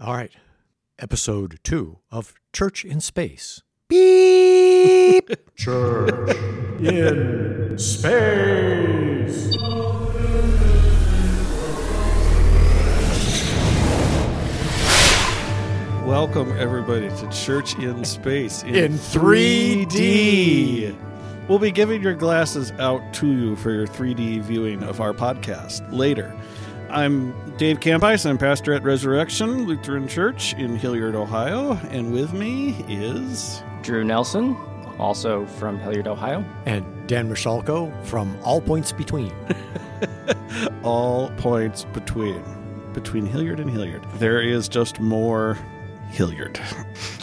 All right. Episode two of Church in Space. Beep. Church in Space. Welcome everybody to Church in Space In 3D. We'll be giving your glasses out to you for your 3D viewing of our podcast later. I'm Dave Campice. I'm pastor at Resurrection Lutheran Church in Hilliard, Ohio, and with me is Drew Nelson, also from Hilliard, Ohio. And Dan Michalko from All Points Between. all points between between Hilliard and Hilliard. There is just more Hilliard.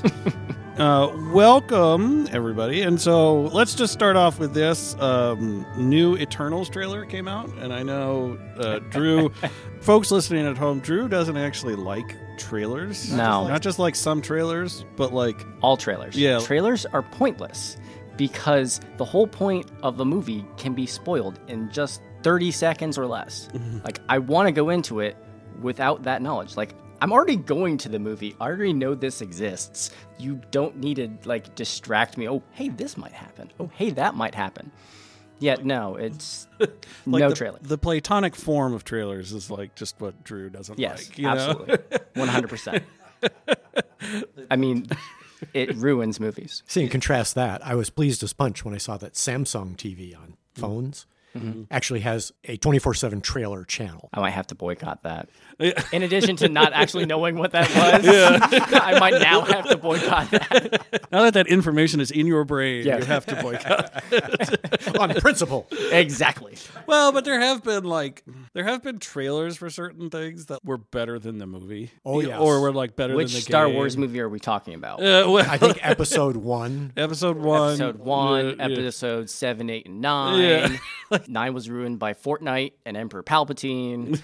uh, welcome everybody, and so let's just start off with this um, new Eternals trailer came out, and I know uh, Drew, folks listening at home, Drew doesn't actually like trailers. No. Not just like, not just like some trailers, but like All trailers. Yeah. Trailers are pointless because the whole point of the movie can be spoiled in just 30 seconds or less. Mm-hmm. Like, I want to go into it without that knowledge. Like, I'm already going to the movie. I already know this exists. You don't need to, like, distract me. Oh, hey, this might happen. Oh, hey, that might happen. Yeah, no, it's like no the, trailer. The platonic form of trailers is like just what Drew doesn't Yes, like. you know? absolutely. 100%. I mean, it ruins movies. See, and contrast that, I was pleased as punch when I saw that Samsung TV on phones actually has a 24 7 trailer channel. I might have to boycott that. Yeah. In addition to not actually knowing what that was, I might now have to boycott that. Now that that information is in your brain, Yeah. you have to boycott. on principle. Exactly. well, but there have been like there have been trailers for certain things that were better than the movie. Oh, yeah, yes. or were like better Which than the Star game. Wars movie are we talking about? Uh, well, I think episode one. episode one, episode one, uh, yeah. episode seven, eight, and nine. nine was ruined by Fortnite and Emperor Palpatine.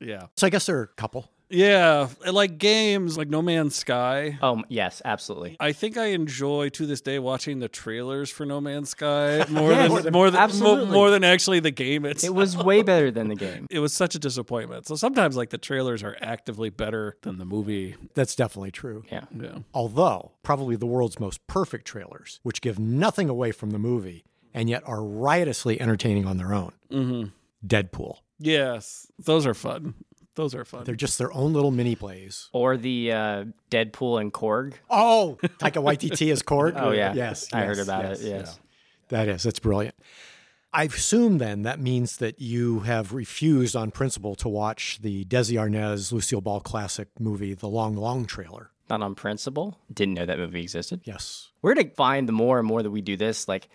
Yeah, So I guess there are a couple. yeah, And, like games like No Man's Sky. um, yes, absolutely. I think I enjoy to this day watching the trailers for No Man's Sky more Yes, than more than more, absolutely. more than actually the game itself. It was way better than the game. it was such a disappointment. So sometimes like the trailers are actively better than the movie. That's definitely true. Yeah. Yeah. although probably the world's most perfect trailers, which give nothing away from the movie and yet are riotously entertaining on their own. Mm-hmm. Deadpool. Yes, those are fun. Those are fun. They're just their own little mini plays. Or the uh, Deadpool and Korg. Oh, Taika Waititi is Korg. Oh yeah. Yes. I yes, heard about it. yeah. Yes. That is. That's brilliant. I assume then that means that you have refused on principle to watch the Desi Arnaz Lucille Ball classic movie, The Long Long Trailer. Not on principle. Didn't know that movie existed. Yes. we're gonna find the more and more that we do this like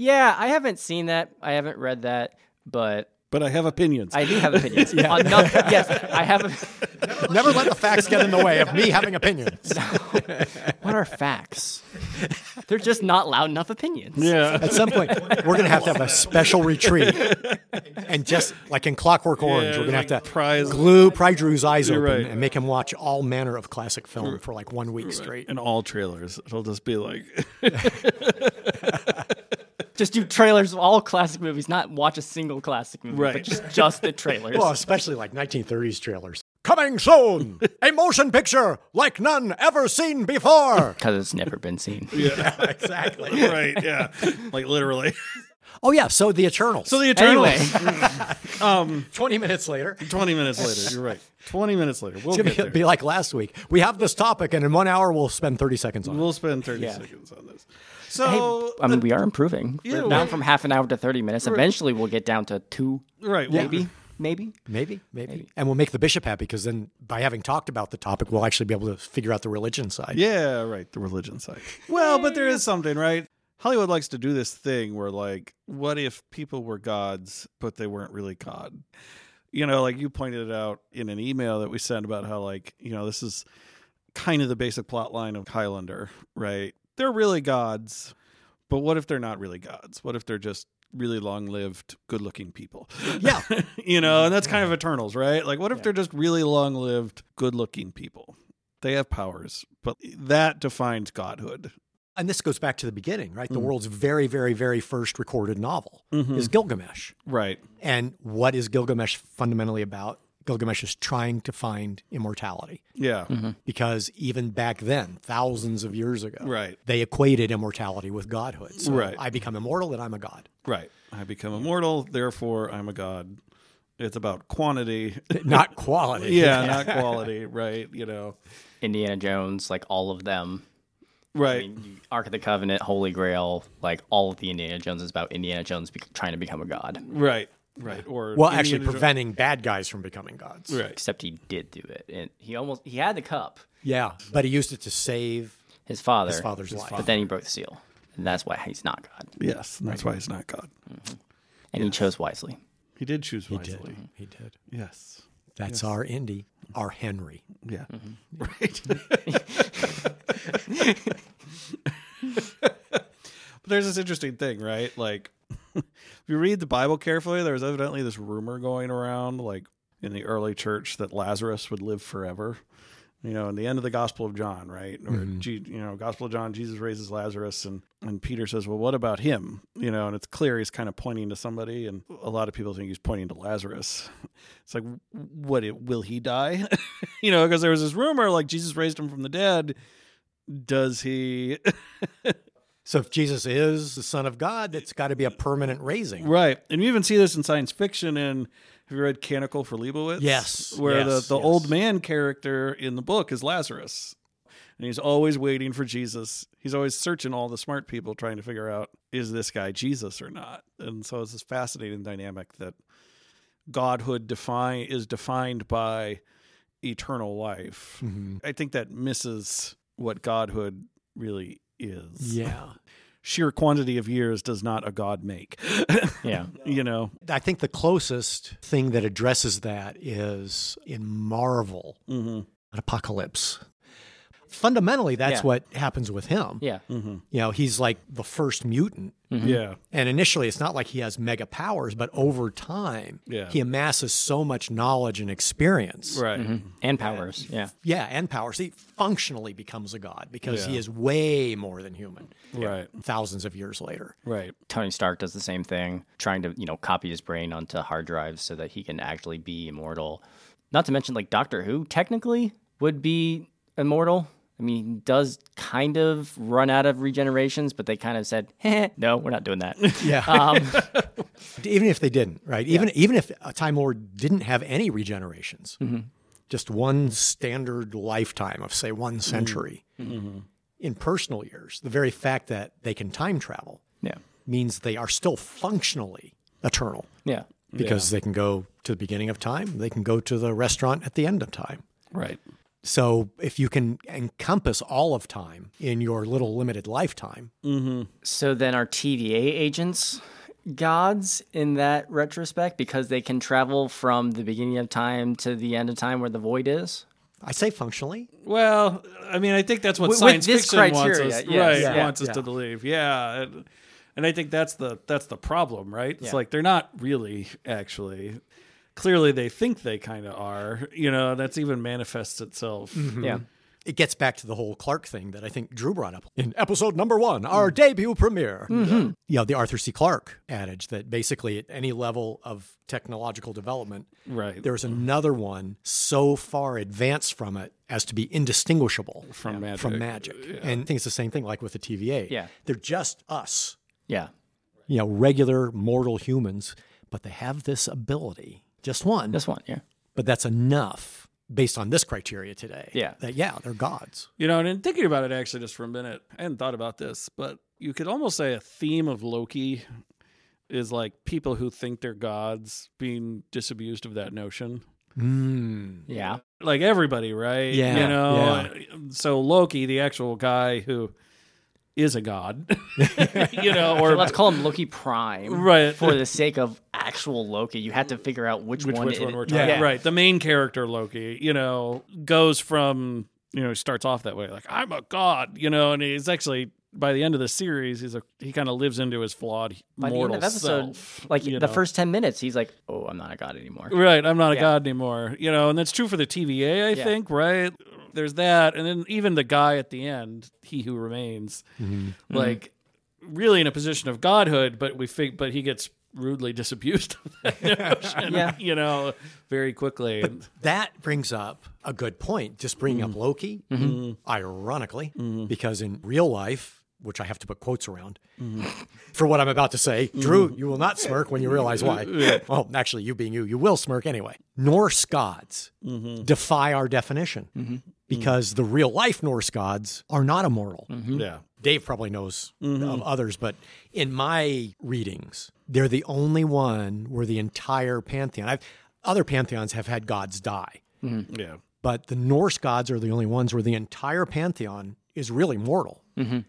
yeah i haven't seen that i haven't read that but but I have opinions. i do have opinions On noth- yes i have Never let the facts get in the way of me having opinions. what are facts they're just not loud enough opinions yeah. At some point, we're going to have to have a special retreat. And just like in Clockwork Orange, we're going to have to prize glue Pry Drew's eyes open right. and make him watch all manner of classic film for like one week straight. in all trailers. It'll just be like just do trailers of all classic movies not watch a single classic movie Right. but just, just the trailers Well, especially like 1930s trailers. Coming soon, a motion picture like none ever seen before. because it's never been seen exactly. right, yeah, like literally. Oh, yeah. So the Eternals. So So the Eternals. anyway 20 minutes later, Twenty minutes later, you're right. Twenty minutes later, we'll it's get going to there. be like last week. We have this topic, and in one hour, we'll spend 30 seconds on it. We'll spend thirty Yeah. um, seconds on this. So i mean we are improving Yeah, we're we're- down from half an hour to 30 minutes eventually we'll get down to two right, we'll- maybe maybe Maybe, maybe, And we'll make the bishop happy because then by having talked about the topic, we'll actually be able to figure out the religion side. Yeah, right. The religion side. Well, but there is something, right? Hollywood likes to do this thing where, like, what if people were gods, but they weren't really God? You know, like you pointed it out in an email that we sent about how, like, you know, this is kind of the basic plot line of Highlander, right? They're really gods, but what if they're not really gods? What if they're just really long lived, good looking people? Yeah. you know, and that's kind of Eternals, right? Like, what if they're just really long lived, good looking people? They have powers, but that defines godhood. And this goes back to the beginning, right? The Mm. world's very, very, very first recorded novel Mhm. is Gilgamesh. Right. And what is Gilgamesh fundamentally about? Gilgamesh is trying to find immortality Yeah. Mm-hmm. because even back then, thousands of years ago, Right. they equated immortality with godhood. So Right. I become immortal and I'm a god. Right. I become immortal, therefore I'm a god. It's about quantity. Not quality. yeah, not quality, right? You know. Indiana Jones, like all of them. Right. I mean, Ark of the Covenant, Holy Grail, like all of the Indiana Jones is about Indiana Jones bec trying to become a god. right. Right. Or Well, actually, Indiana Jo- preventing bad guys from becoming gods. Right. Except he did do it, and he almost he had the cup, Yeah, but he used it to save his father, his father's life. but then he broke the seal, and that's why he's not god, Yes, and that's why he's not god. and he chose wisely. He did choose He wisely. did. He did. Yes. That's our Indy, our Henry. Yeah. Right. but there's this interesting thing, right? Like, if you read the Bible carefully, there was evidently this rumor going around, like in the early church, that Lazarus would live forever. You know, in the end of the Gospel of John, right? Or, Je- you know, Gospel of John, Jesus raises Lazarus, and, and Peter says, Well, what about him? You know, and it's clear he's kind of pointing to somebody, and a lot of people think he's pointing to Lazarus. It's like, what it, will he die? you know, because there was this rumor like Jesus raised him from the dead. Does he? So if Jesus is the Son of God, it's got to be a permanent raising. right. And you even see this in science fiction. And have you read Canticle for Leibowitz? Yes, Where yes, the, the yes. old man character in the book is Lazarus. And he's always waiting for Jesus. He's always searching all the smart people trying to figure out is this guy Jesus or not? And so it's this fascinating dynamic that godhood define is defined by eternal life. Mhm. I think that misses what godhood really is. Yeah. Sheer quantity of years does not a god make. Yeah, you know. I think the closest thing that addresses that is in Marvel, Mhm. an apocalypse. Fundamentally, that's Yeah. what happens with him. yeah, You know, he's like the first mutant. Mm-hmm. Yeah. And initially, it's not like he has mega powers, but over time, Yeah. he amasses so much knowledge and experience. Right. and powers, yeah, Yeah, and powers. He functionally becomes a god because he Yeah. is way more than human Right. thousands of years later. Right. Tony Stark does the same thing, trying to, you know, copy his brain onto hard drives so that he can actually be immortal. Not to mention, like, Doctor Who technically would be immortal. I mean, he does kind of run out of regenerations, but they kind of said, "Heh, no, we're not doing that. Yeah. even if they didn't, right? Even even if a Time Lord didn't have any regenerations, just one standard lifetime of say one century in personal years, the very fact that they can time travel yeah. means they are still functionally eternal Yeah. because they can go to the beginning of time, they can go to the restaurant at the end of time. Right. So if you can encompass all of time in your little limited lifetime, So then our TVA agents gods in that retrospect because they can travel from the beginning of time to the end of time where the void is? I say functionally, Well, I mean, I think that's what With- with science this fiction wants criteria, us, yes, right, yeah, wants us yeah. to believe. Yeah, and, and I think that's the that's the problem, right? It's Yeah. like they're not really actually. Clearly, they think they kind of are. You know, that's even manifests itself. Yeah. it gets back to the whole Clark thing that I think Drew brought up in episode number one, Mm. our debut premiere. Mm-hmm. You know, the Arthur C. Clarke adage that basically at any level of technological development, Mm. Right. there's another one so far advanced from it as to be indistinguishable from magic. from magic. And I think it's the same thing like with the TVA. Uh, Yeah. They're just us, Yeah. you know, regular mortal humans, but they have this ability, just one, This one, yeah. but that's enough based on this criteria today. Yeah. That, yeah, they're gods. You know, and in thinking about it actually just for a minute, I hadn't thought about this, but you could almost say a theme of Loki is like people who think they're gods being disabused of that notion. Mm. Yeah. Like everybody, right? Yeah, You know, so Loki, the actual guy who is a god, you know, or So let's call him Loki Prime. Right. For the sake of actual Loki, you had to figure out which, which, one, which it- one we're talking Yeah. Right. The main character, Loki, you know, goes from, you know, he starts off that way, like, I'm a god, you know, and he's actually. By the end of the series, he's a he kind of lives into his flawed By the end mortal of episode, self. like you the know. first 10 minutes, he's like, oh, I'm not a god anymore. Right, I'm not a Yeah. god anymore. You know, and that's true for the TVA, I Yeah. think, right? There's that. And then even the guy at the end, he Mm-hmm. Mm-hmm. who remains, like really in a position of godhood, but we think but he gets rudely disabused of that notion, Yeah. you know, very quickly. And- That brings up a good point. Just bringing up Loki, ironically, because in real life, which I have to put quotes around for what I'm about to say, Drew, you will not smirk when you realize why. Well, actually, you being you, you will smirk anyway. Norse gods defy our definition because the real life Norse gods are not immortal. Yeah. Dave probably knows of others, but in my readings, they're the only one where the entire pantheon. I've, other pantheons have had gods die, Yeah. but the Norse gods are the only ones where the entire pantheon is really mortal.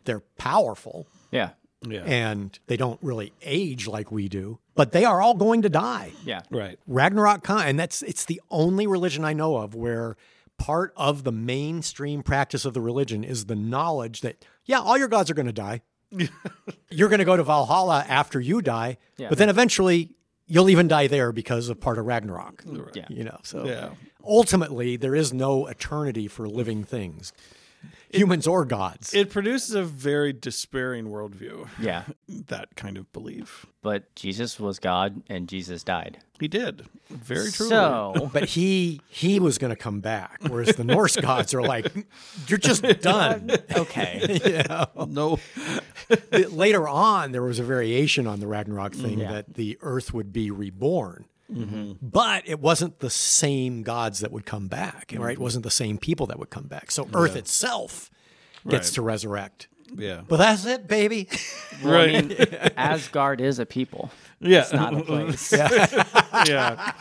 They're powerful Yeah. Yeah. and they don't really age like we do, but they are all going to die. Yeah. right. Ragnarok Khan, and that's it's the only religion I know of where part of the mainstream practice of the religion is the knowledge that yeah, all your gods are going to die. You're going to go to Valhalla after you die, Yeah. but then eventually you'll even die there because of part of Ragnarok. Yeah. You know, so Yeah. ultimately there is no eternity for living things, humans or gods. It produces a very despairing worldview, Yeah. that kind of belief. But Jesus was God and Jesus died. He did. Very true. So, but he he was going to come back, whereas the Norse gods are like, you're just done. okay. no. Th- later on, there was a variation on the Ragnarok thing that the Earth would be reborn, but it wasn't the same gods that would come back, right? It wasn't the same people that would come back. So Earth itself gets Right. to resurrect. Yeah. Well, that's it, baby. Well, I mean, Asgard is a people. Yeah. It's not a place. yeah.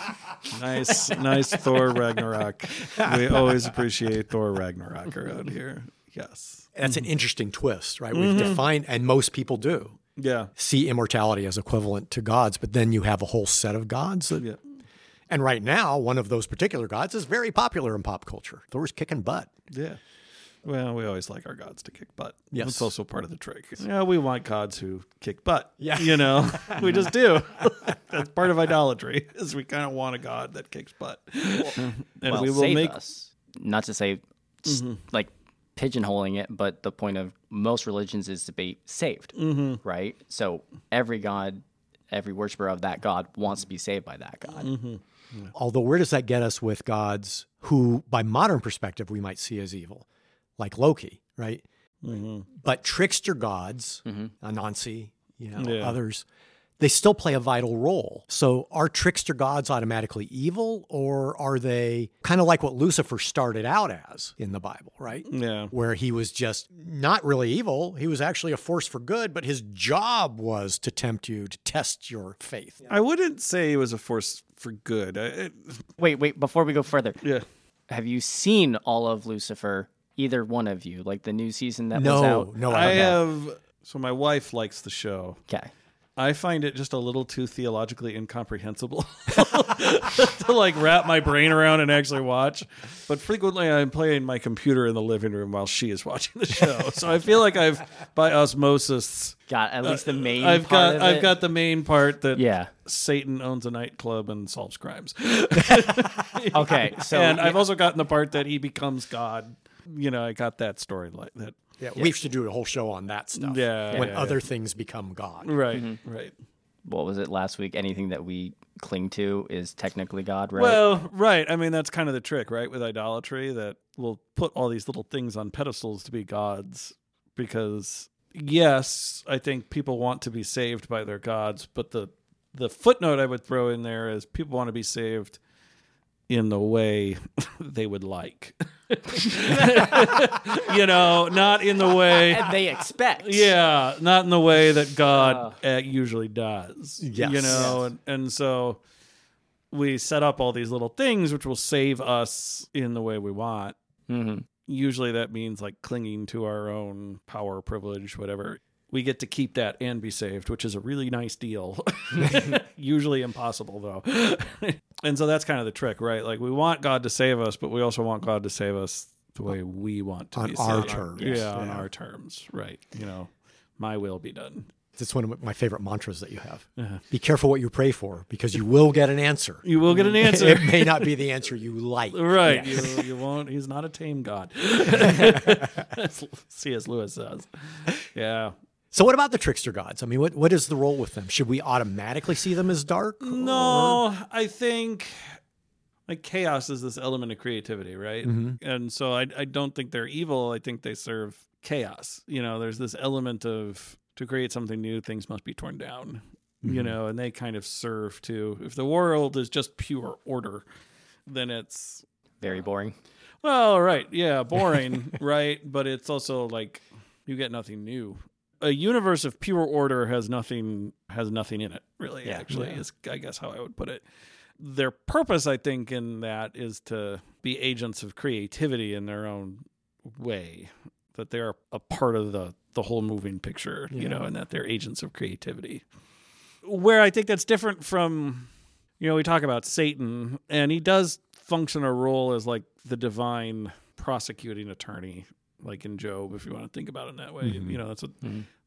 Nice, nice Thor Ragnarok. We always appreciate Thor Ragnarok around here. Yes. that's an interesting twist, right? We've defined, and most people do Yeah. see immortality as equivalent to gods, but then you have a whole set of gods that Yeah. And right now, one of those particular gods is very popular in pop culture. Thor's kicking butt. Yeah. Well, we always like our gods to kick butt. Yes. That's also part of the trick. Yeah, we want gods who kick butt. Yeah. You know, we just do. That's part of idolatry is we kind of want a god that kicks butt. and Well, we will save make us. Not to say s- like pigeonholing it, but the point of most religions is to be saved, right? So every god, every worshiper of that god wants to be saved by that god. Although, where does that get us with gods who, by modern perspective, we might see as evil, like Loki, right? Mm-hmm. But trickster gods, Anansi, you know, Yeah. others, they still play a vital role. So, are trickster gods automatically evil, or are they kind of like what Lucifer started out as in the Bible, right? Yeah. where he was just not really evil. He was actually a force for good, but his job was to tempt you, to test your faith. I wouldn't say it was a force for good. I, it, Wait, wait, before we go further, yeah. have you seen all of Lucifer? Either one of you, like the new season that was No, out? no, I uh, I don't know. have. So my wife likes the show. Okay. I find it just a little too theologically incomprehensible to like wrap my brain around and actually watch. But frequently I'm playing my computer in the living room while she is watching the show. So I feel like I've by osmosis Got at least the main Uh, I've part got of I've it. got the main part that Yeah. Satan owns a nightclub and solves crimes. Okay. So and I've also gotten the part that he becomes God. You know, I got that story like that. Yeah, We should do a whole show on that stuff. Yeah, when yeah, other things become Mm. God. Right, Mhm. right. what was it last week? Anything that we cling to is technically God, right? Well, right. I mean, that's kind of the trick, right? With idolatry, that we'll put all these little things on pedestals to be gods because, yes, I think people want to be saved by their gods, but the the footnote I would throw in there is people want to be saved in the way they would like. you know, not in the way and they expect. yeah, not in the way that God uh, usually does. Yes. You know, and, and so we set up all these little things which will save us in the way we want. hmm Usually that means like clinging to our own power, privilege, whatever. We get to keep that and be saved, which is a really nice deal. usually impossible though. and so that's kind of the trick, right? Like we want God to save us, but we also want God to save us the way we want to On be our saved. terms. Yeah, Yeah. on our terms, right? You know, my will be done. That's one of my favorite mantras that you have. Be careful what you pray for because you will get an answer. You will get an answer, It may not be the answer you like. right? You, you won't. He's not a tame God. As C.S. Lewis says. Yeah, So what about the trickster gods? I mean, what, what is the role with them? Should we automatically see them as dark? or- No, I think like chaos is this element of creativity, right? Mhm. And so I I don't think they're evil. I think they serve chaos. You know, there's this element of to create something new, things must be torn down. You know, and they kind of serve to if the world is just pure order, then it's Very boring. well, right, yeah, boring, right? But it's also like you get nothing new. A universe of pure order has nothing has nothing in it, really. actually, is I guess how I would put it. Their purpose, I think, in that is to be agents of creativity in their own way. That they're a part of the the whole moving picture, you know, and that they're agents of creativity. Where I think that's different from you know, we talk about Satan, and he does function a role as like the divine prosecuting attorney, like in Job, if you want to think about it in that way. Mm-hmm. You know, that's what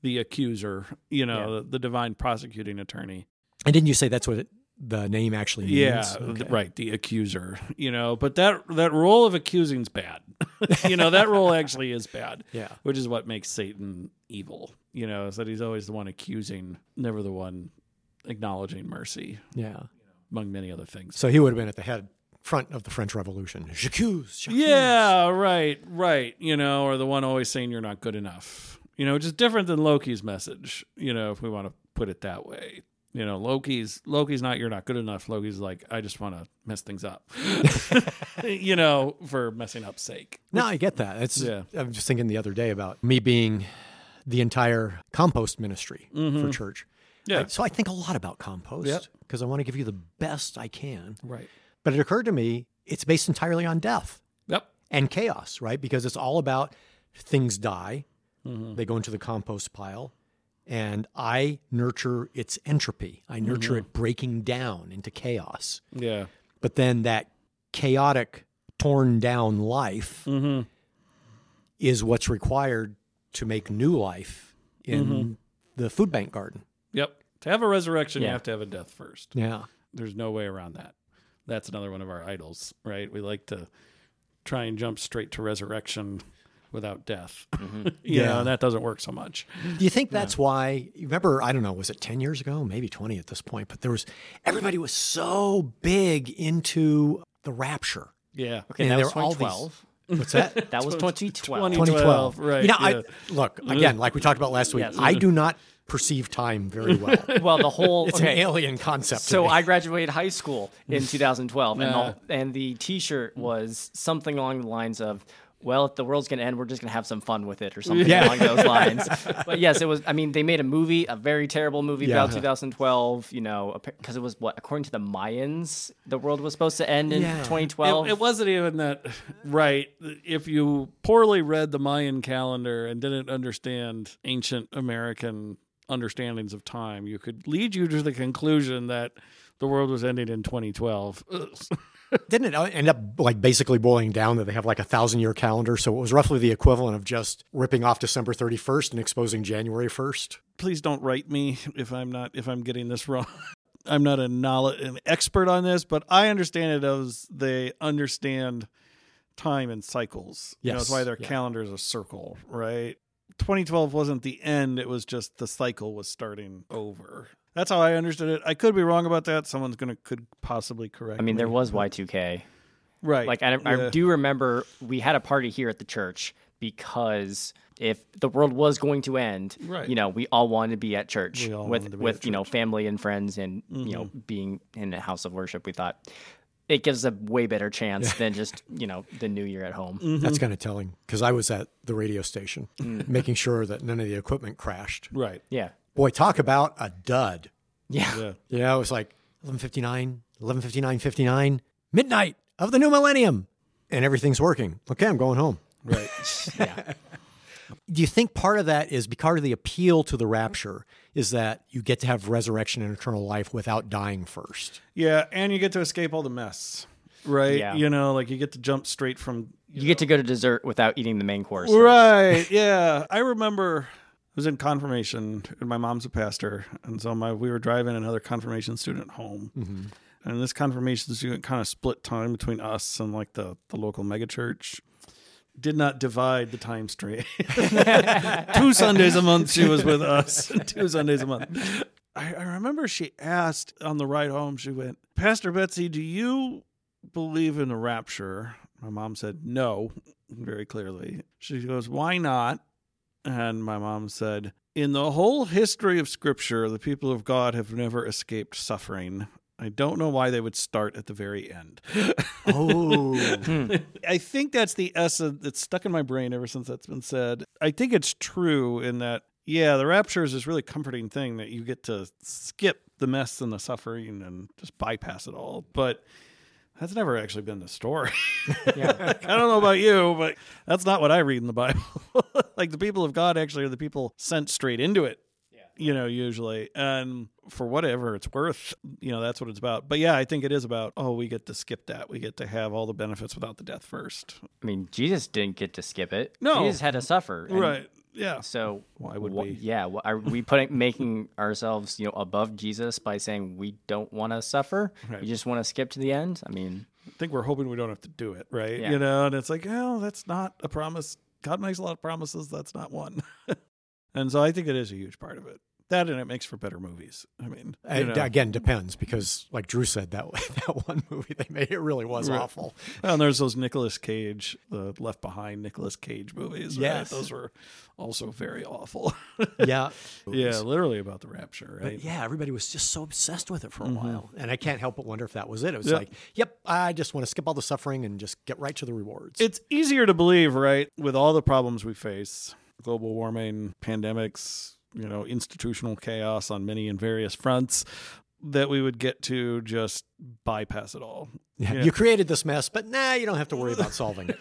the accuser, you know, the, the divine prosecuting attorney. And didn't you say that's what it, the name actually means? Yeah, Okay. th- right, the accuser, you know, but that that role of accusing's bad. you know, that role actually is bad. Yeah. Which is what makes Satan evil, you know, is that he's always the one accusing, never the one acknowledging mercy, Yeah. among many other things. So he would have been at the head front of the French Revolution. J'accuse. j'accuse. Yeah, right, right. You know, or the one always saying you're not good enough. You know, which is different than Loki's message. You know, if we want to put it that way. You know, Loki's Loki's not you're not good enough. Loki's like I just want to mess things up. you know, for messing up's sake. No, I get that. It's, Yeah. I'm just thinking the other day about me being the entire compost ministry for church. Mm-hmm. Yeah. Right? So I think a lot about compost Yep. because I want to give you the best I can. Right. But it occurred to me it's based entirely on death Yep. and chaos, right? Because it's all about things die, Mm-hmm. they go into the compost pile, and I nurture its entropy. I nurture Mm-hmm. it breaking down into chaos. Yeah. But then that chaotic, torn down life Mm-hmm. is what's required to make new life in the food bank garden. Yep. To have a resurrection, you Yeah. have to have a death first. Yeah. There's no way around that. That's another one of our idols, right? We like to try and jump straight to resurrection without death. you Yeah. know, and that doesn't work so much. Do you think that's why? You remember, I don't know, was it 10 years ago? Maybe 20 at this point, but there was everybody was so big into the rapture. Yeah. Okay, And that there was were all these- 2012. What's that? That was 2012. 2012, right, You know, yeah. I, look, again, like we talked about last week, Yes. I do not perceive time very well. Well, the whole It's an okay. alien concept. to So me. I graduated high school in 2012, and the, and the T-shirt was something along the lines of, "Well, if the world's gonna end, we're just gonna have some fun with it," or something Yeah. along those lines. But yes, it was. I mean, they made a movie, a very terrible movie about Yeah. 2012. You know, because it was what, according to the Mayans, the world was supposed to end in Yeah. It, 2012. it wasn't even that right. If you poorly read the Mayan calendar and didn't understand ancient American understandings of time, you could lead you to the conclusion that the world was ending in 2012. didn't it uh, end up like basically boiling down that they have like a thousand year calendar? So it was roughly the equivalent of just ripping off December 31st and exposing January 1st. Please don't write me if I'm not if I'm getting this wrong. I'm not a knowledge, an expert on this, but I understand it as they understand time and cycles. You know, Yes. that's why their Yeah. calendar is a circle, right? 2012 wasn't the end; it was just the cycle was starting over. That's how I understood it. I could be wrong about that. Someone's gonna could possibly correct. I mean, me. there was Y2K. right. Like I, I Yeah. do remember we had a party here at the church because if the world was going to end, Right. you know, we all wanted to be at church all wanted with to be with at Mm-hmm. you know family and friends and you know being in a house of worship. We thought it gives a way better chance than just you know the New Year at home. Mm. That's kind of telling because I was at the radio station making sure that none of the equipment crashed. right. Yeah, Boy, talk about a dud. yeah, Yeah. Yeah, it was like 1159, 1159, 59, midnight of the new millennium. And everything's working. Okay, I'm going home. Right. Do you think part of that is because of the appeal to the rapture is that you get to have resurrection and eternal life without dying first? yeah, and you get to escape all the mess. Right. Yeah. You know, like you get to jump straight from You get to go to dessert without eating the main course. Right. Yeah. I remember I was in confirmation and my mom's a pastor. And so my we were driving another confirmation student home. And this confirmation student kind of split time between us and like the, the local megachurch. did not divide the time stream. two Sundays a month she was with us. Two Sundays a month. I, I remember she asked on the ride home, she went, Pastor Betsy, do you believe in the rapture? My mom said, No, very clearly. She goes, Why not? And my mom said, In the whole history of Scripture, the people of God have never escaped suffering. I don't know why they would start at the very end. Oh, Hmm. I think that's the essence that's stuck in my brain ever since that's been said. I think it's true in that, yeah, the rapture is this really comforting thing that you get to skip the mess and the suffering and just bypass it all. But that's never actually been the story. Yeah. I don't know about you, but that's not what I read in the Bible. like the people of God actually are the people sent straight into it. You know, usually. And for whatever it's worth, you know, that's what it's about. But yeah, I think it is about, oh, we get to skip that. We get to have all the benefits without the death first. I mean, Jesus didn't get to skip it. No. Jesus had to suffer. and right. Yeah. So Why would wha- we? Yeah, wha- are we putting making ourselves you know above Jesus by saying we don't want to suffer? Right. We just want to skip to the end. I mean, I think we're hoping we don't have to do it, right? Yeah. You know, and it's like, oh, that's not a promise. God makes a lot of promises. That's not one. and so I think it is a huge part of it. That and it makes for better movies. I mean, you And know. again, depends because, like Drew said, that that one movie they made it really was Right. awful. Well, and there's those Nicolas Cage, the Left Behind Nicolas Cage movies. right? Yes. Those were also very awful. Yeah, yeah, literally about the rapture, right? But yeah, everybody was just so obsessed with it for a while. And I can't help but wonder if that was it. It was Mm-hmm. Yeah. like, yep, I just want to skip all the suffering and just get right to the rewards. It's easier to believe, right? With all the problems we face global warming, pandemics, you know, institutional chaos on many and various fronts that we would get to just bypass it all Yeah, You created this mess, but nah, you don't have to worry about solving it.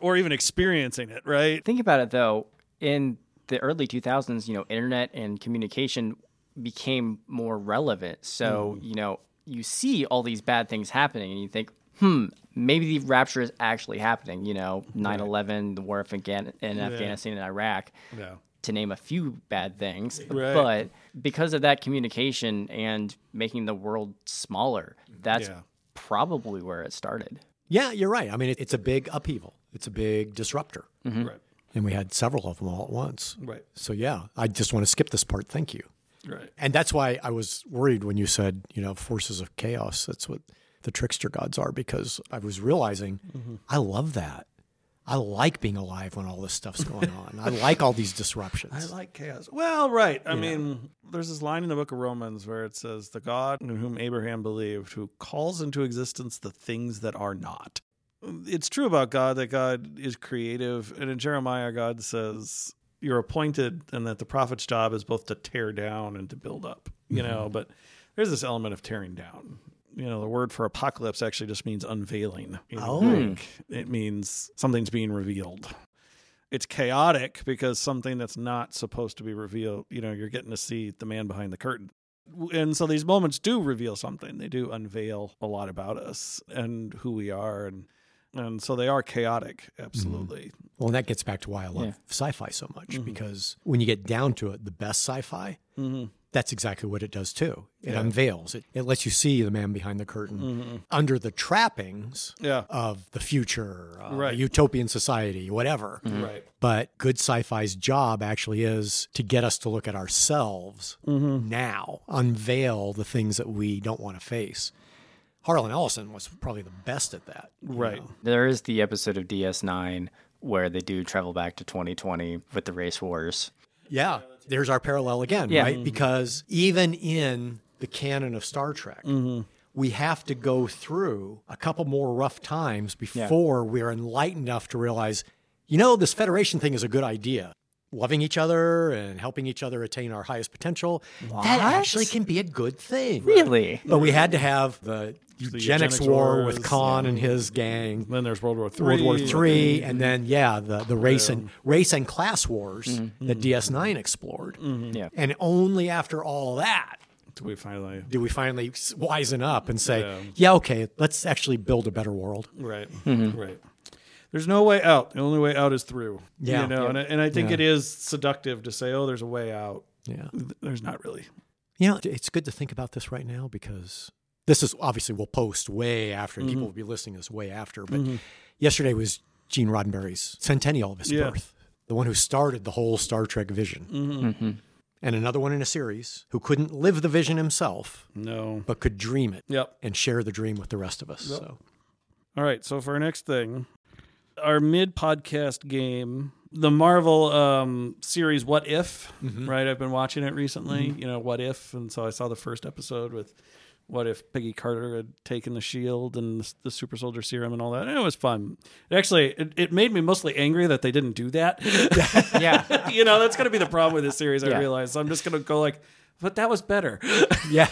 or even experiencing it, right? think about it though. In the early 2000s, you know, internet and communication became more relevant. So Mm. you know, you see all these bad things happening, and you think, hmm, maybe the rapture is actually happening. You know, 9/11, the war in, Afghan- in Afghanistan and Iraq. Yeah. to name a few bad things, Right. but because of that communication and making the world smaller, that's Yeah. probably where it started. Yeah, you're right. I mean, it, it's a big upheaval, it's a big disruptor. Right. And we had several of them all at once. Right. So, yeah, I just want to skip this part. Thank you. Right. And that's why I was worried when you said, you know, forces of chaos. That's what the trickster gods are, because I was realizing Mm-hmm. I love that. I like being alive when all this stuff's going on. I like all these disruptions. I like chaos. Well, right. I mean, there's this line in the book of Romans where it says, The God in whom Abraham believed, who calls into existence the things that are not. It's true about God that God is creative. And in Jeremiah, God says, You're appointed, and that the prophet's job is both to tear down and to build up, you know, but there's this element of tearing down. You know, the word for apocalypse actually just means unveiling. in Oh. Greek. It means something's being revealed it's chaotic because something that's not supposed to be revealed, you know, you're getting to see the man behind the curtain. And so these moments do reveal something. They do unveil a lot about us and who we are and and so they are chaotic, absolutely. Well, and that gets back to why I love Yeah. sci-fi so much Mm-hmm. because when you get down to it, the best sci-fi, Mm-hmm. that's exactly what it does too. It unveils. It, it lets you see the man behind the curtain under the trappings Mm-hmm. Yeah. of the future, uh, Right. Mm-hmm. a utopian society, whatever. Right. But good sci-fi's job actually is to get us to look at ourselves Mm-hmm. now, unveil the things that we don't want to face. Harlan Ellison was probably the best at that. Right. There is the episode of DS9 where they do travel back to 2020 with the race wars. Yeah, there's our parallel again, Yeah. right? Because even in the canon of Star Trek, we have to go through a couple more rough times before we're enlightened enough to realize, you know, this Federation thing is a good idea. Loving each other and helping each other attain our highest potential, that actually can be a good thing. Really? But we had to have the eugenics, eugenics war wars, with Khan and his gang. Then there's World War Three. Mm-hmm. World War Three, and then yeah, the, the race and race and class wars Mm-hmm. that DS Nine explored, Yeah. and only after all that Do we finally do we finally s- wisen up and say, yeah. Yeah. okay, let's actually build a better world. Right. Mm-hmm. Right. There's no way out. The only way out is through. Yeah. You know, and I, and I think it is seductive to say, "Oh, there's a way out." Yeah, There's not really. you know, it's good to think about this right now because Mm-hmm. this is obviously we'll post way after, and people will be listening to this way after. But yesterday was Gene Roddenberry's centennial of his Yeah. birth, the one who started the whole Star Trek vision, Mm-hmm. Mm-hmm. and another one in a series who couldn't live the vision himself, No. but could dream it Yep. and share the dream with the rest of us. So All right. So for our next thing, our mid podcast game, the Marvel um, series What If, Mm-hmm. right? I've been watching it recently, you know, What If. And so I saw the first episode with What If Peggy Carter had taken the shield and the, the super soldier serum and all that. And it was fun. It actually, it, it made me mostly angry that they didn't do that. Yeah. you know, that's going to be the problem with this series, I Yeah. realize. So I'm just going to go like, but that was better. yeah,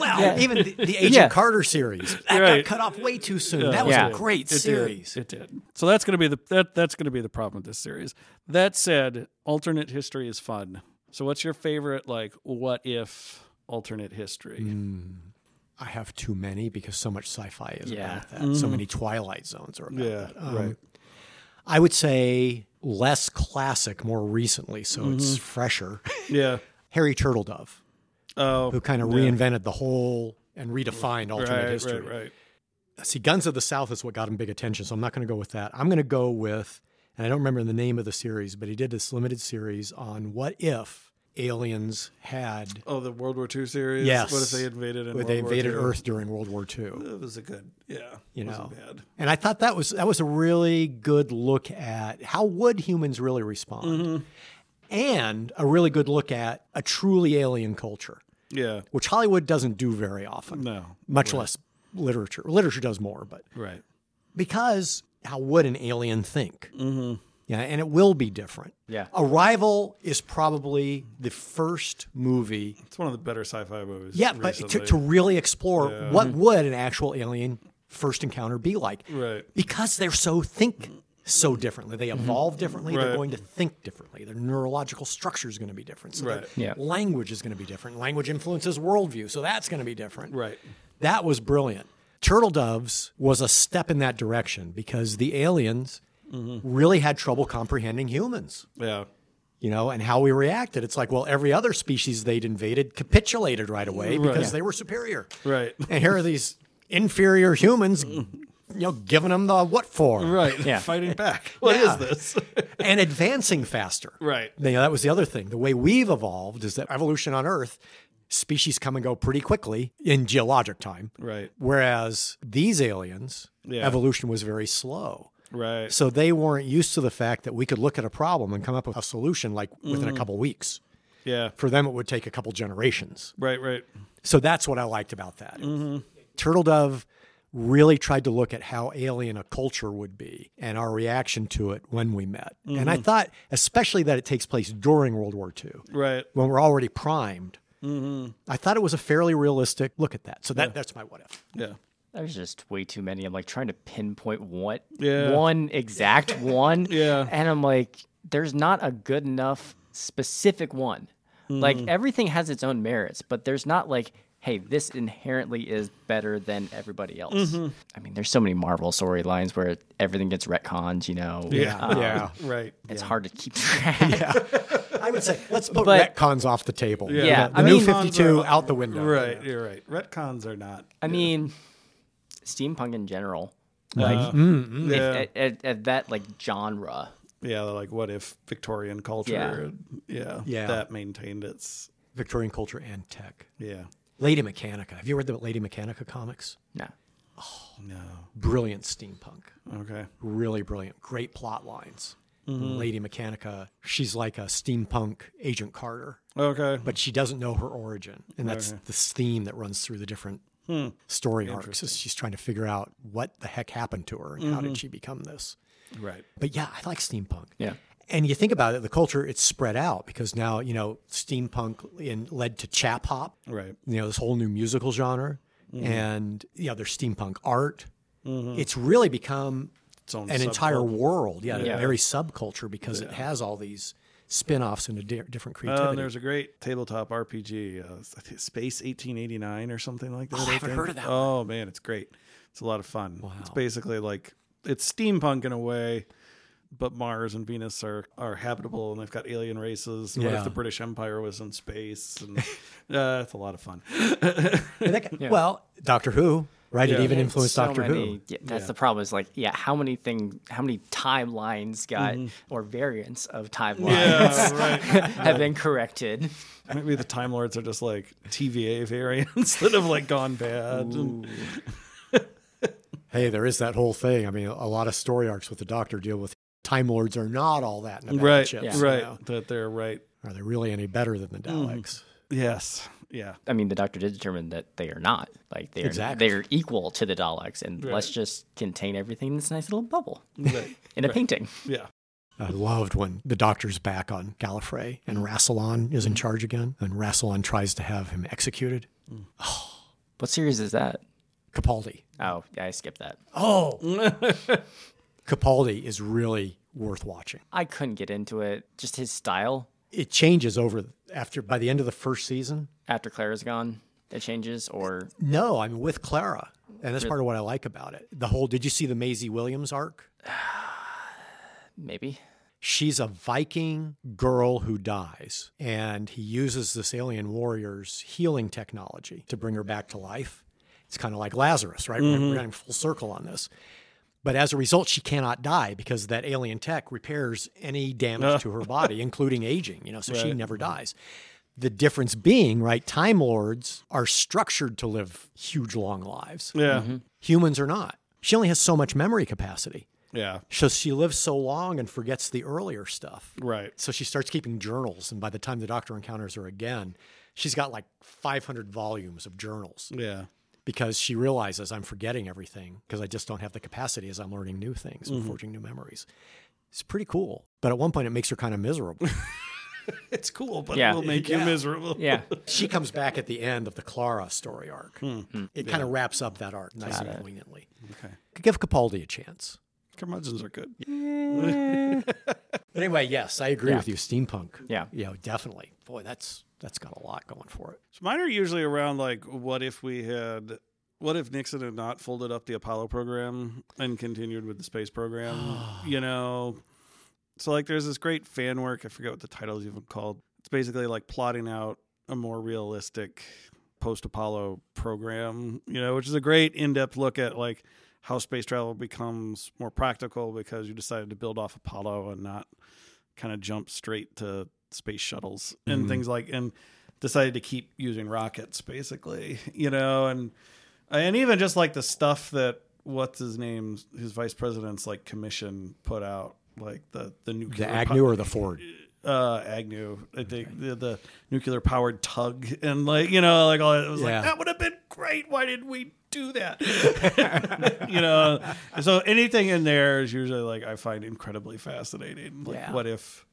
well, Yeah. even the, the Agent Yeah. Carter series that Right. got cut off way too soon. That was Yeah. a great It did. series. It did. So that's gonna be the that that's gonna be the problem with this series. That said, alternate history is fun. So what's your favorite like what if alternate history? I have too many because so much sci-fi is Yeah. about that. So many Twilight Zones are about Mm-hmm. Yeah, that. Um, I would say less classic, more recently, so Mm-hmm. it's fresher. Yeah. Harry Turtledove, Oh, who kind of reinvented the whole and redefined alternate right, history. right, right. See, Guns of the South is what got him big attention, so I'm not going to go with that. I'm going to go with, and I don't remember the name of the series, but he did this limited series on what if aliens had Oh, the World War II series. Yes. What if they invaded? In or they World War invaded II? Earth during World War II. It was a good. Yeah. You wasn't know. bad. And I thought that was that was a really good look at how would humans really respond, Mm-hmm. and a really good look at a truly alien culture, Yeah. which Hollywood doesn't do very often, No. much less literature. Literature does more, but Right. because how would an alien think? Mm-hmm. Yeah, and it will be different. Yeah. Arrival is probably the first movie. It's one of the better sci-fi movies. Yeah, but to, recently. to really explore what would an actual alien first encounter be like right. because they're so think so differently. They evolve differently. They're Right. going to think differently. Their neurological structure is going to be different. So Right. their Yeah. language is going to be different. Language influences worldview, so that's going to be different. Right. That was brilliant. Turtle Doves was a step in that direction because the aliens Mm-hmm. really had trouble comprehending humans, Yeah. you know, and how we reacted. It's like, well, every other species they'd invaded capitulated right away because Yeah. they were superior. Right. And here are these inferior humans, you know, giving them the what for. Right. Yeah. Fighting back. What is Yeah. this? and advancing faster. Right. You know, that was the other thing. The way we've evolved is that evolution on Earth, species come and go pretty quickly in geologic time. Right. Whereas these aliens, Yeah. evolution was very slow. Right. So they weren't used to the fact that we could look at a problem and come up with a solution like Mm. within a couple weeks. Yeah. For them, it would take a couple generations. Right. Right. So that's what I liked about that. Turtle Dove really tried to look at how alien a culture would be and our reaction to it when we met. And I thought, especially that it takes place during World War II, Right. when we're already primed. I thought it was a fairly realistic look at that. So that, that's my what if. Yeah. There's just way too many. I'm like trying to pinpoint what Yeah. one exact one. Yeah. And I'm like, there's not a good enough specific one. Like Hmm. everything has its own merits, but there's not like, hey, this inherently is better than everybody else. Mm-hmm. I mean, there's so many Marvel storylines where everything gets retcons, you know. Yeah. Um, yeah. Right. It's hard to keep track. I would say let's put But- retcons off the table. Yeah. Yeah, The I new mean- 52 out the window. Right, you're right. Retcons are not. I mean, steampunk in general, Uh-huh. yeah, at, at, at that like genre. yeah. they're Like, what if Victorian culture? Yeah, Yeah. That maintained its. Victorian culture and tech. Yeah. Lady Mechanica. Have you read the Lady Mechanica comics? No. No. Brilliant steampunk. Okay. really brilliant. Great plot lines. Lady Mechanica, she's like a steampunk Agent Carter, Okay. but she doesn't know her origin. And that's this theme that runs through the different story arcs is she's trying to figure out what the heck happened to her and how did she become this. Right. But yeah, I like steampunk. Yeah. And you think about it, the culture, it's spread out because now, you know, steampunk in, led to chap hop, Right. you know, this whole new musical genre. And, you know, there's steampunk art. It's really become Its own an entire subculture. world. Yeah, Yeah. a very subculture because it has all these spin-offs and a di- different creativity. Uh, and there's a great tabletop RPG, uh, I think Space 1889 or something like that. I, haven't think. heard of that Oh man, it's great. It's a lot of fun. It's basically like it's steampunk in a way, but Mars and Venus are are habitable, and they've got alien races. and What if Yeah. the British Empire was in space? And uh, it's a lot of fun. And that- Well, Doctor Who right? It Yeah. even influenced so Doctor many- Who. yeah, that's the problem. Is like, yeah, how many thing, how many timelines got Mm-hmm. or variants of timelines Yeah, right. have been corrected? Maybe the Time Lords are just like TVA variants that have like gone bad. And Hey, there is that whole thing. I mean, a lot of story arcs with the Doctor deal with Time Lords are not all that in a bag of right, chips. Yeah. you right. know? That they're right. Are they really any better than the Mm-hmm. Daleks? Yes. Yeah. I mean, the Doctor did determine that they are not. Like they are, Exactly. they are equal to the Daleks, and let's just contain everything in this nice little bubble Right. in a painting. Yeah. I loved when the Doctor's back on Gallifrey Mm-hmm. and Rassilon is in charge again, and Rassilon tries to have him executed. What series is that? Capaldi. Oh, yeah, I skipped that. Oh, Capaldi is really worth watching. I couldn't get into it. Just his style It changes over after by the end of the first season. after Clara's gone, it changes. Or No, I'm with Clara, and that's part of what I like about it. The whole did you see the Maisie Williams arc? maybe She's a Viking girl who dies, and he uses this alien warrior's healing technology to bring her back to life. It's kind of like Lazarus, right? We're- We're going full circle on this. But as a result, she cannot die because that alien tech repairs any damage to her body, including aging, you know, so she never dies. The difference being, right, Time Lords are structured to live huge, long lives. Yeah. Mm-hmm. Humans are not. She only has so much memory capacity. Yeah. So she lives so long and forgets the earlier stuff. Right. So she starts keeping journals. And by the time the doctor encounters her again, she's got like 500 volumes of journals Yeah. because she realizes I'm forgetting everything because I just don't have the capacity as I'm learning new things and forging new memories. It's pretty cool. But at one point, it makes her kind of miserable. It's cool, but Yeah. it will make you miserable. yeah. she comes back at the end of the Clara story arc. It kind of wraps up that arc nice and poignantly. Okay. Give Capaldi a chance. Curmudgeons are good. But anyway, yes, I agree with you. Steampunk. Yeah. You know, definitely. Boy, that's that's got a lot going for it. So mine are usually around like, what if we had, what if Nixon had not folded up the Apollo program and continued with the space program? you know, so like there's this great fan work. I forget what the title's even called. It's basically like plotting out a more realistic post Apollo program, you know, which is a great in depth look at like how space travel becomes more practical because you decided to build off Apollo and not kind of jump straight to space shuttles and things like and decided to keep using rockets basically you know and and even just like the stuff that what's his name his vice president's like commission put out like the The the nuclear Agnew or the Ford? uh Agnew I think the, the nuclear powered tug and like you know like all that it was Yeah. like that would have been great why didn't we do that you know so anything in there is usually like I find incredibly fascinating like Yeah. what if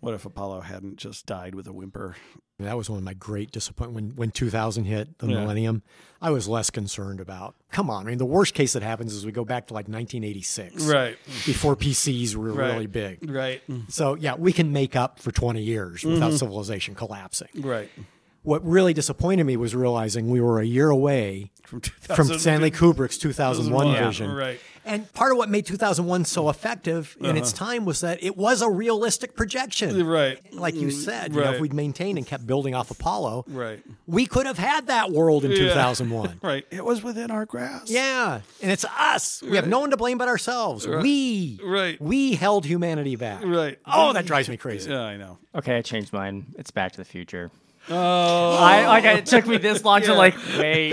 what if Apollo hadn't just died with a whimper That was one of my great disappointments when when 2000 hit the Yeah. millennium. I was less concerned about. Come on, I mean, the worst case that happens is we go back to like 1986, right Before PCs were Right. really big. right So yeah, we can make up for 20 years Mm-hmm. without civilization collapsing. right What really disappointed me was realizing we were a year away from 2000 from Stanley Kubrick's 2001 Yeah, vision. right. And part of what made 2001 so effective in its time was that it was a realistic projection. Uh-huh. right Mm, Like you said, you know, Right. if we'd maintained and kept building off Apollo, right we could have had that world in 2001. right it was within our grasp Yeah, and it's us. We have no one to blame but ourselves. We Right. we held humanity back. Right. Oh, that drives me crazy. yeah I know Okay, I changed mine. It's Back to the Future. oh I like it took me this long to like wait,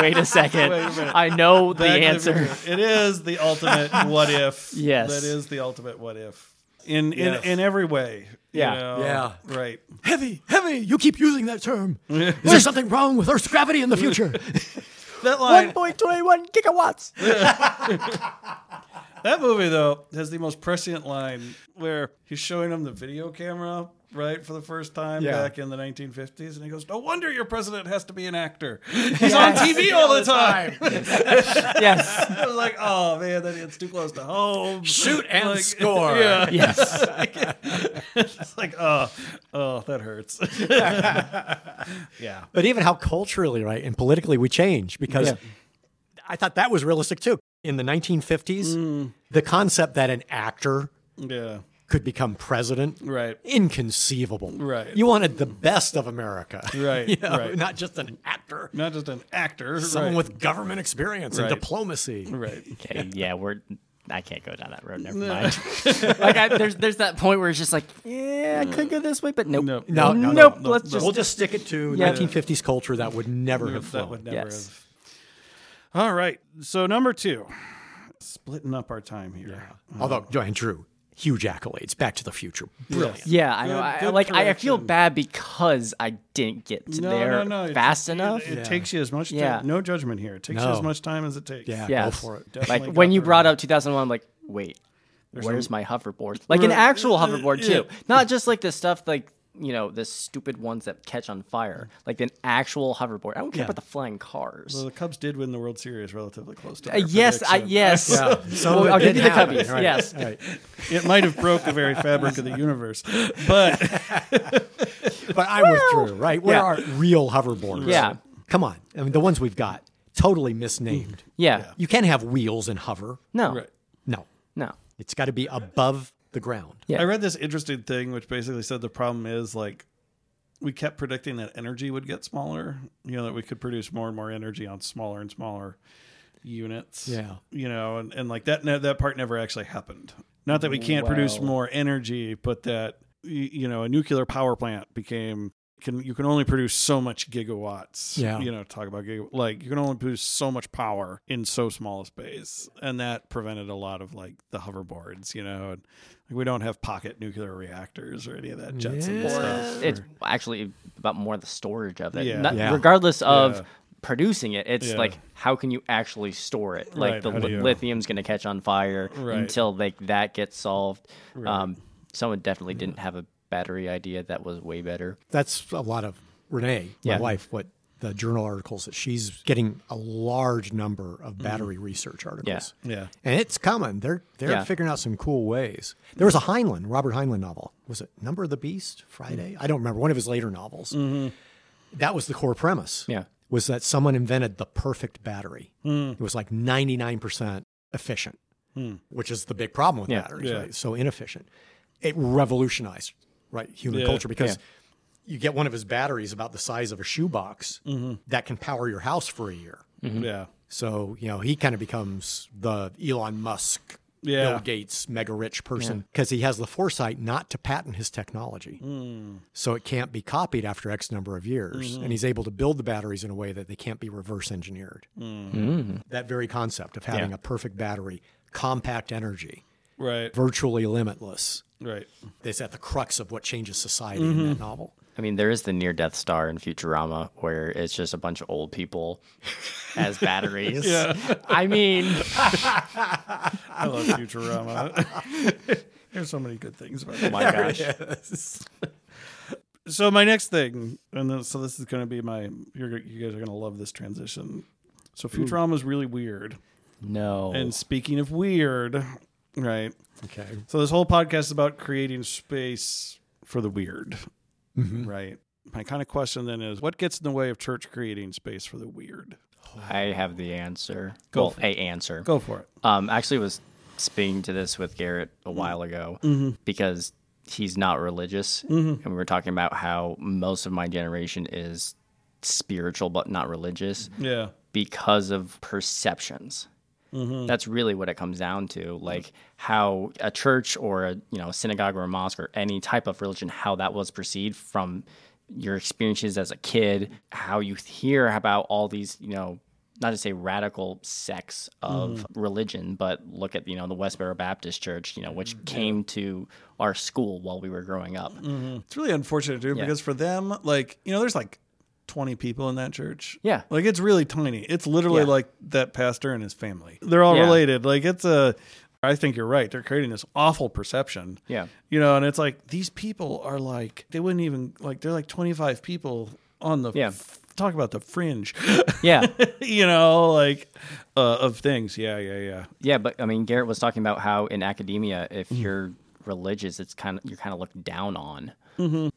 wait a second. I know the Back to answer. Future. It is the ultimate what if. Yes. That is the ultimate what if. In in, Yes. in every way. you Yeah. know? Yeah. Right. Heavy, heavy. You keep using that term. Is there something wrong with Earth's gravity in the future? That line 1.21 gigawatts. that movie though has the most prescient line where he's showing him the video camera, right, for the first time Yeah. back in the nineteen fifties, and he goes, No wonder your president has to be an actor. He's on TV all the time. Yes, I was like, oh man, that hits too close to home. Shoot and Like, score. Yeah. yes. It's like, oh, oh, that hurts. yeah. But even how culturally, right, and politically we change because Yeah. I thought that Mm. was realistic too. In the 1950s, the concept that an actor Yeah. could become president. Right. Inconceivable. Right. You wanted the best of America. Right, You know, right. Not just an actor, Not just an actor. someone right. with government experience Right. and diplomacy. Right. Okay, yeah, we're. I can't go down that road. Never mind. like, I, there's there's that point where it's just like, yeah, I could go this way, but nope, Nope. No, no, nope. Mm. no, let's no. just We'll just stick it to Yeah. 1950s culture that would never have flown. That would never Yes. have. All right. So number two, splitting up our time here. Although, Joanne Drew, huge accolades. Back to the Future. Brilliant. Yeah, I know. Good- I, good like I, I feel correction. bad because I didn't get to No, there no, no. It- fast it- enough. It, takes you as much. Oh, Yeah. Time, no judgment here. It takes you No. as much time as it takes. Yeah, go Yes. for it. Definitely like go when you for it. brought up 2001, I'm like, wait, where's my hoverboard? Like an actual hoverboard too, not just like the stuff like you know the stupid ones that catch on fire, Mm. like an actual hoverboard. I don't care about the flying cars. Well, the Cubs did win the World Series relatively close to. Uh, their yes, I, prediction. yes. Yeah. So Well, it I'll give did you the happen, Cubbies. right. Yes. Right. it might have broke the very fabric of the universe, but But I withdrew, right? Where Yeah. are real hoverboards? Yeah. Come on. I mean, the ones we've got, totally misnamed. Mm. Yeah. You can't have wheels and hover. No. Right. No. No. It's got to be above the ground. Yeah. I read this interesting thing, which basically said the problem is like we kept predicting that energy would get smaller. You know that we could produce more and more energy on smaller and smaller units. Yeah. you know, and, and like that no, that part never actually happened. Not that we can't produce Wow. more energy, but that y- you know a nuclear power plant became can you can only produce so much gigawatts. Yeah. you know, talk about gigawatt like you can only produce so much power in so small a space, and that prevented a lot of like the hoverboards. You know, and like, we don't have pocket nuclear reactors or any of that Jetson Yeah. stuff. It's actually about more the storage of it. Yeah. Not- Yeah. Regardless of Yeah. producing it, it's Yeah. like how can you actually store it? Like Right, the how do li- you- lithium's going to catch on fire Right. until like that gets solved. Um, someone definitely didn't have a battery idea that was way better. That's a lot of Renee, my Yeah. wife, what the journal articles that she's getting a large number Mm-hmm. of battery research articles. Yeah. Yeah. And it's coming. They're they're Yeah. figuring out some cool ways. There was a Heinlein, Robert Heinlein novel. Was it Number of the Beast? Mm. Friday? I don't remember. One of his later novels. That was the core premise. Mm-hmm. Yeah. Mm. Was that someone invented the perfect battery. It was like 99% efficient, which is the big problem with Yeah. batteries, Yeah. right? So inefficient. It revolutionized, right, human Yeah. culture because you get one of his batteries about the size of a shoebox Mm-hmm. that can power your house for a year. Yeah, So, you know, he kind of becomes the Elon Musk, Yeah. Bill Gates, mega rich person because he has the foresight not to patent his technology. So it can't be copied after X number of years. And he's able to build the batteries in a way that they can't be reverse engineered. That very concept of having Yeah. a perfect battery, compact energy, right, virtually limitless, right. is at the crux of what changes society in that novel. I mean, there is the near Death Star in Futurama where it's just a bunch of old people as batteries. I mean, I love Futurama. There's so many good things about it. my gosh. so my next thing, and then, so this is going to be my. You're, you guys are going to love this transition. So Futurama is really weird. No. And speaking of weird, right? Okay. So this whole podcast is about creating space for the weird, right? My kind of question then is, what gets in the way of church creating space for the weird? I have the answer. Go well, for a answer. Go for it. Um, actually, was speaking to this with Garrett a while ago because he's not religious, and we were talking about how most of my generation is spiritual but not religious Yeah. because of perceptions. That's really what it comes down to, like how a church or a you know synagogue or a mosque or any type of religion, how that was perceived from your experiences as a kid, how you hear about all these you know not to say radical sects of religion, but look at you know the Westboro Baptist Church, you know which came to our school while we were growing up. It's really unfortunate, dude, because for them, like, you know, there's like 20 people in that church. Yeah. Like, it's really tiny. It's literally Yeah. like that pastor and his family. They're all Yeah. related. Like, it's a, I think you're right. They're creating this awful perception. Yeah. You know, and it's like these people are like, they wouldn't even, like, they're like 25 people on the, Yeah. talk about the fringe, Yeah, you know, like, uh, of things. Yeah, yeah, yeah. Yeah, but I mean, Garrett was talking about how in academia, if you're religious, it's kind of you're kind of looked down on.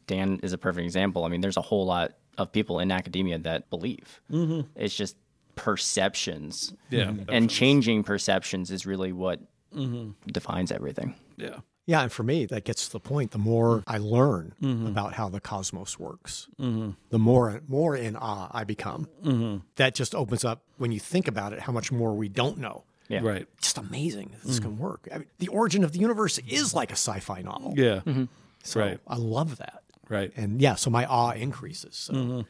Dan is a perfect example. I mean, there's a whole lot of people in academia that believe. It's just perceptions. Yeah. And changing perceptions is really what defines everything. Yeah. Yeah, and for me, that gets to the point. The more I learn about how the cosmos works, the more more in awe I become. That just opens up when you think about it how much more we don't know. Yeah. Right. Just amazing that this can work. I mean, the origin of the universe is like a sci-fi novel. Yeah. Mm-hmm. so right. I love that. Right. And yeah, so my awe increases. So.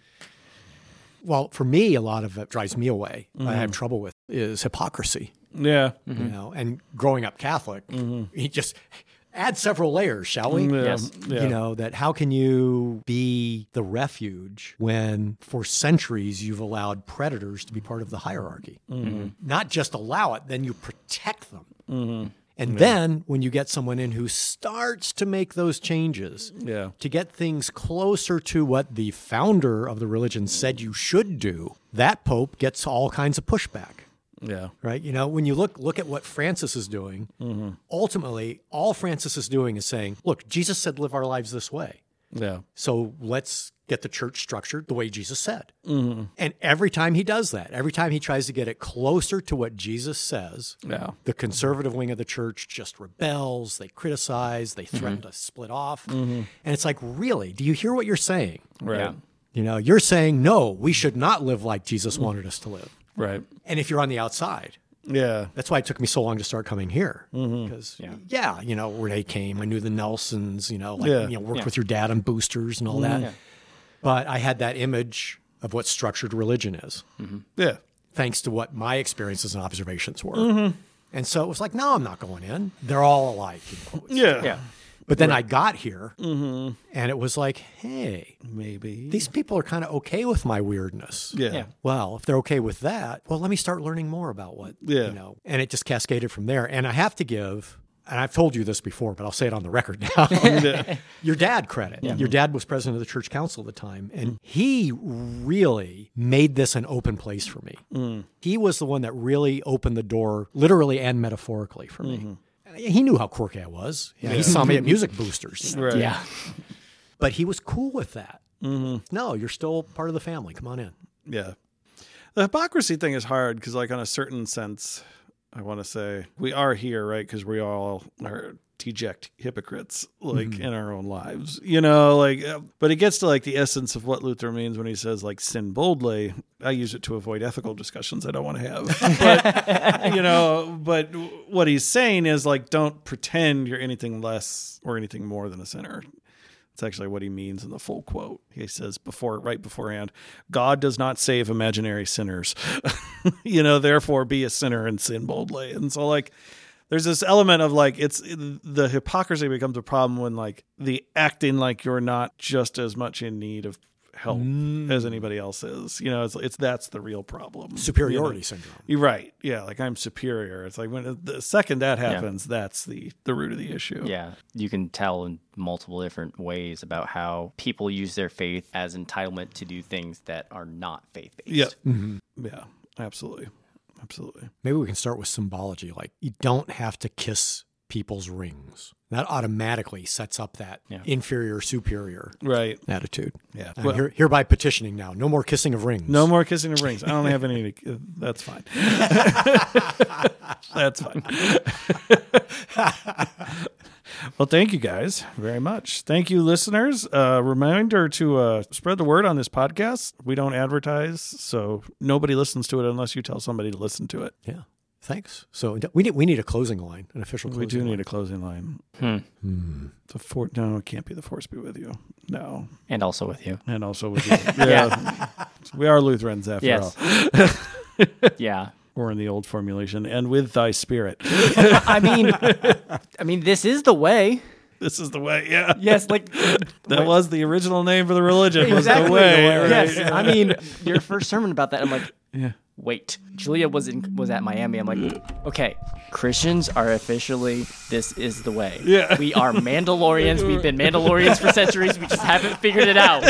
Well, for me, a lot of it drives me away. I have trouble with is hypocrisy Yeah. you know, and growing up Catholic, you just add several layers, shall we? Mm-hmm. Yeah. Yes. Yeah. You know, that how can you be the refuge when for centuries you've allowed predators to be part of the hierarchy? Mm-hmm. Not just allow it, then you protect them. And then when you get someone in who starts to make those changes Yeah. to get things closer to what the founder of the religion said you should do, that pope gets all kinds of pushback Yeah. right you know when you look look at what francis is doing Mm-hmm. ultimately all francis is doing is saying look jesus said live our lives this way Yeah. so let's get the church structured the way jesus said Mm-hmm. and every time he does that every time he tries to get it closer to what jesus says Yeah. the conservative wing of the church just rebels they criticize they threaten Mm-hmm. to split off and it's like really do you hear what you're saying Right. Yeah. you know you're saying no we should not live like jesus wanted us to live Mm-hmm. Right. and if you're on the outside Mm-hmm. Yeah. that's why it took me so long to start coming here Mm-hmm. because yeah. you know where they came i knew the nelsons you know like Yeah. Mm-hmm. you know worked with your dad on boosters and all that but i had that image of what structured religion is Yeah. thanks to what my experiences and observations were Mm-hmm. and so it was like no i'm not going in they're all alike in quotes. Yeah. Yeah. but then i got here and it was like hey Mm-hmm. Maybe. these people are kind of okay with my weirdness yeah. Yeah. well, if they're okay with that, well, let me start learning more about what, Yeah. you know, and it just cascaded from there. And I have to give, and I've told you this before, but I'll say it on the record now, Yeah. your dad credit. Your dad was president of the church council at the time, Mm. and he really made this an open place for me. Mm. He was the one that really opened the door, literally and metaphorically, for me. Mm-hmm. He knew how quirky I was. Yeah, He saw me at music boosters, Right. Yeah. but he was cool with that. Mm-hmm. No, you're still part of the family. Come on in. Yeah. The hypocrisy thing is hard because, like, on a certain sense, I want to say we are here, right? Because we all are deject hypocrites, like in our own lives, you know, like, uh, but it gets to like the essence of what Luther means when he says, like, sin boldly. I use it to avoid ethical discussions I don't want to have. But, you know, but what he's saying is, like, don't pretend you're anything less or anything more than a sinner. It's actually what he means in the full quote. He says before, right beforehand, God does not save imaginary sinners. you know, therefore be a sinner and sin boldly. And so, like, there's this element of like it's the hypocrisy becomes a problem when like the acting like you're not just as much in need of help as anybody else is. You know, it's it's that's the real problem. Superiority syndrome. You're right. Yeah, like I'm superior. It's like when the second that happens, that's the the root of the issue. Yeah. You can tell in multiple different ways about how people use their faith as entitlement to do things that are not faith based. Yeah. Yeah. Absolutely. Absolutely. Maybe we can start with symbology. Like, you don't have to kiss people's rings. That automatically sets up that inferior, superior Right. attitude. Yeah. I'm Well- here- hereby petitioning now. No more kissing of rings. No more kissing of rings. I don't have any. To, that's fine. that's fine. well, thank you guys very much. Thank you, listeners. Uh, reminder to uh, spread the word on this podcast. We don't advertise, so nobody listens to it unless you tell somebody to listen to it. Yeah. Thanks. So we need we need a closing line, an official closing We do line. need a closing line. Hmm. The for no, it can't be the force be with you. No, And also with you. and also with you. Yeah, we are Lutherans after Yes. all. yeah. Or in the old formulation, and with thy spirit. I mean, I mean, this is the way. this is the way. Yeah. Yes, like That was the original name for the religion. was exactly. the way. right? Yes, I mean, your first sermon about that, I'm like, Wait, Julia was in was at Miami. I'm like, okay, Christians are officially this is the way. Yeah. we are Mandalorians. We've been Mandalorians for centuries. We just haven't figured it out.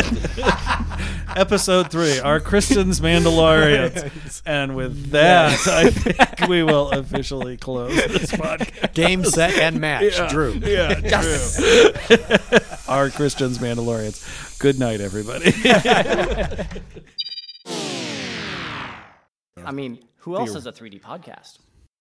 Episode three Are Christians Mandalorians? and with that, I think we will officially close this podcast. Game set and match, Drew. Yeah, true. Are Christians Mandalorians? Good night, everybody. I mean, who else has a 3D podcast?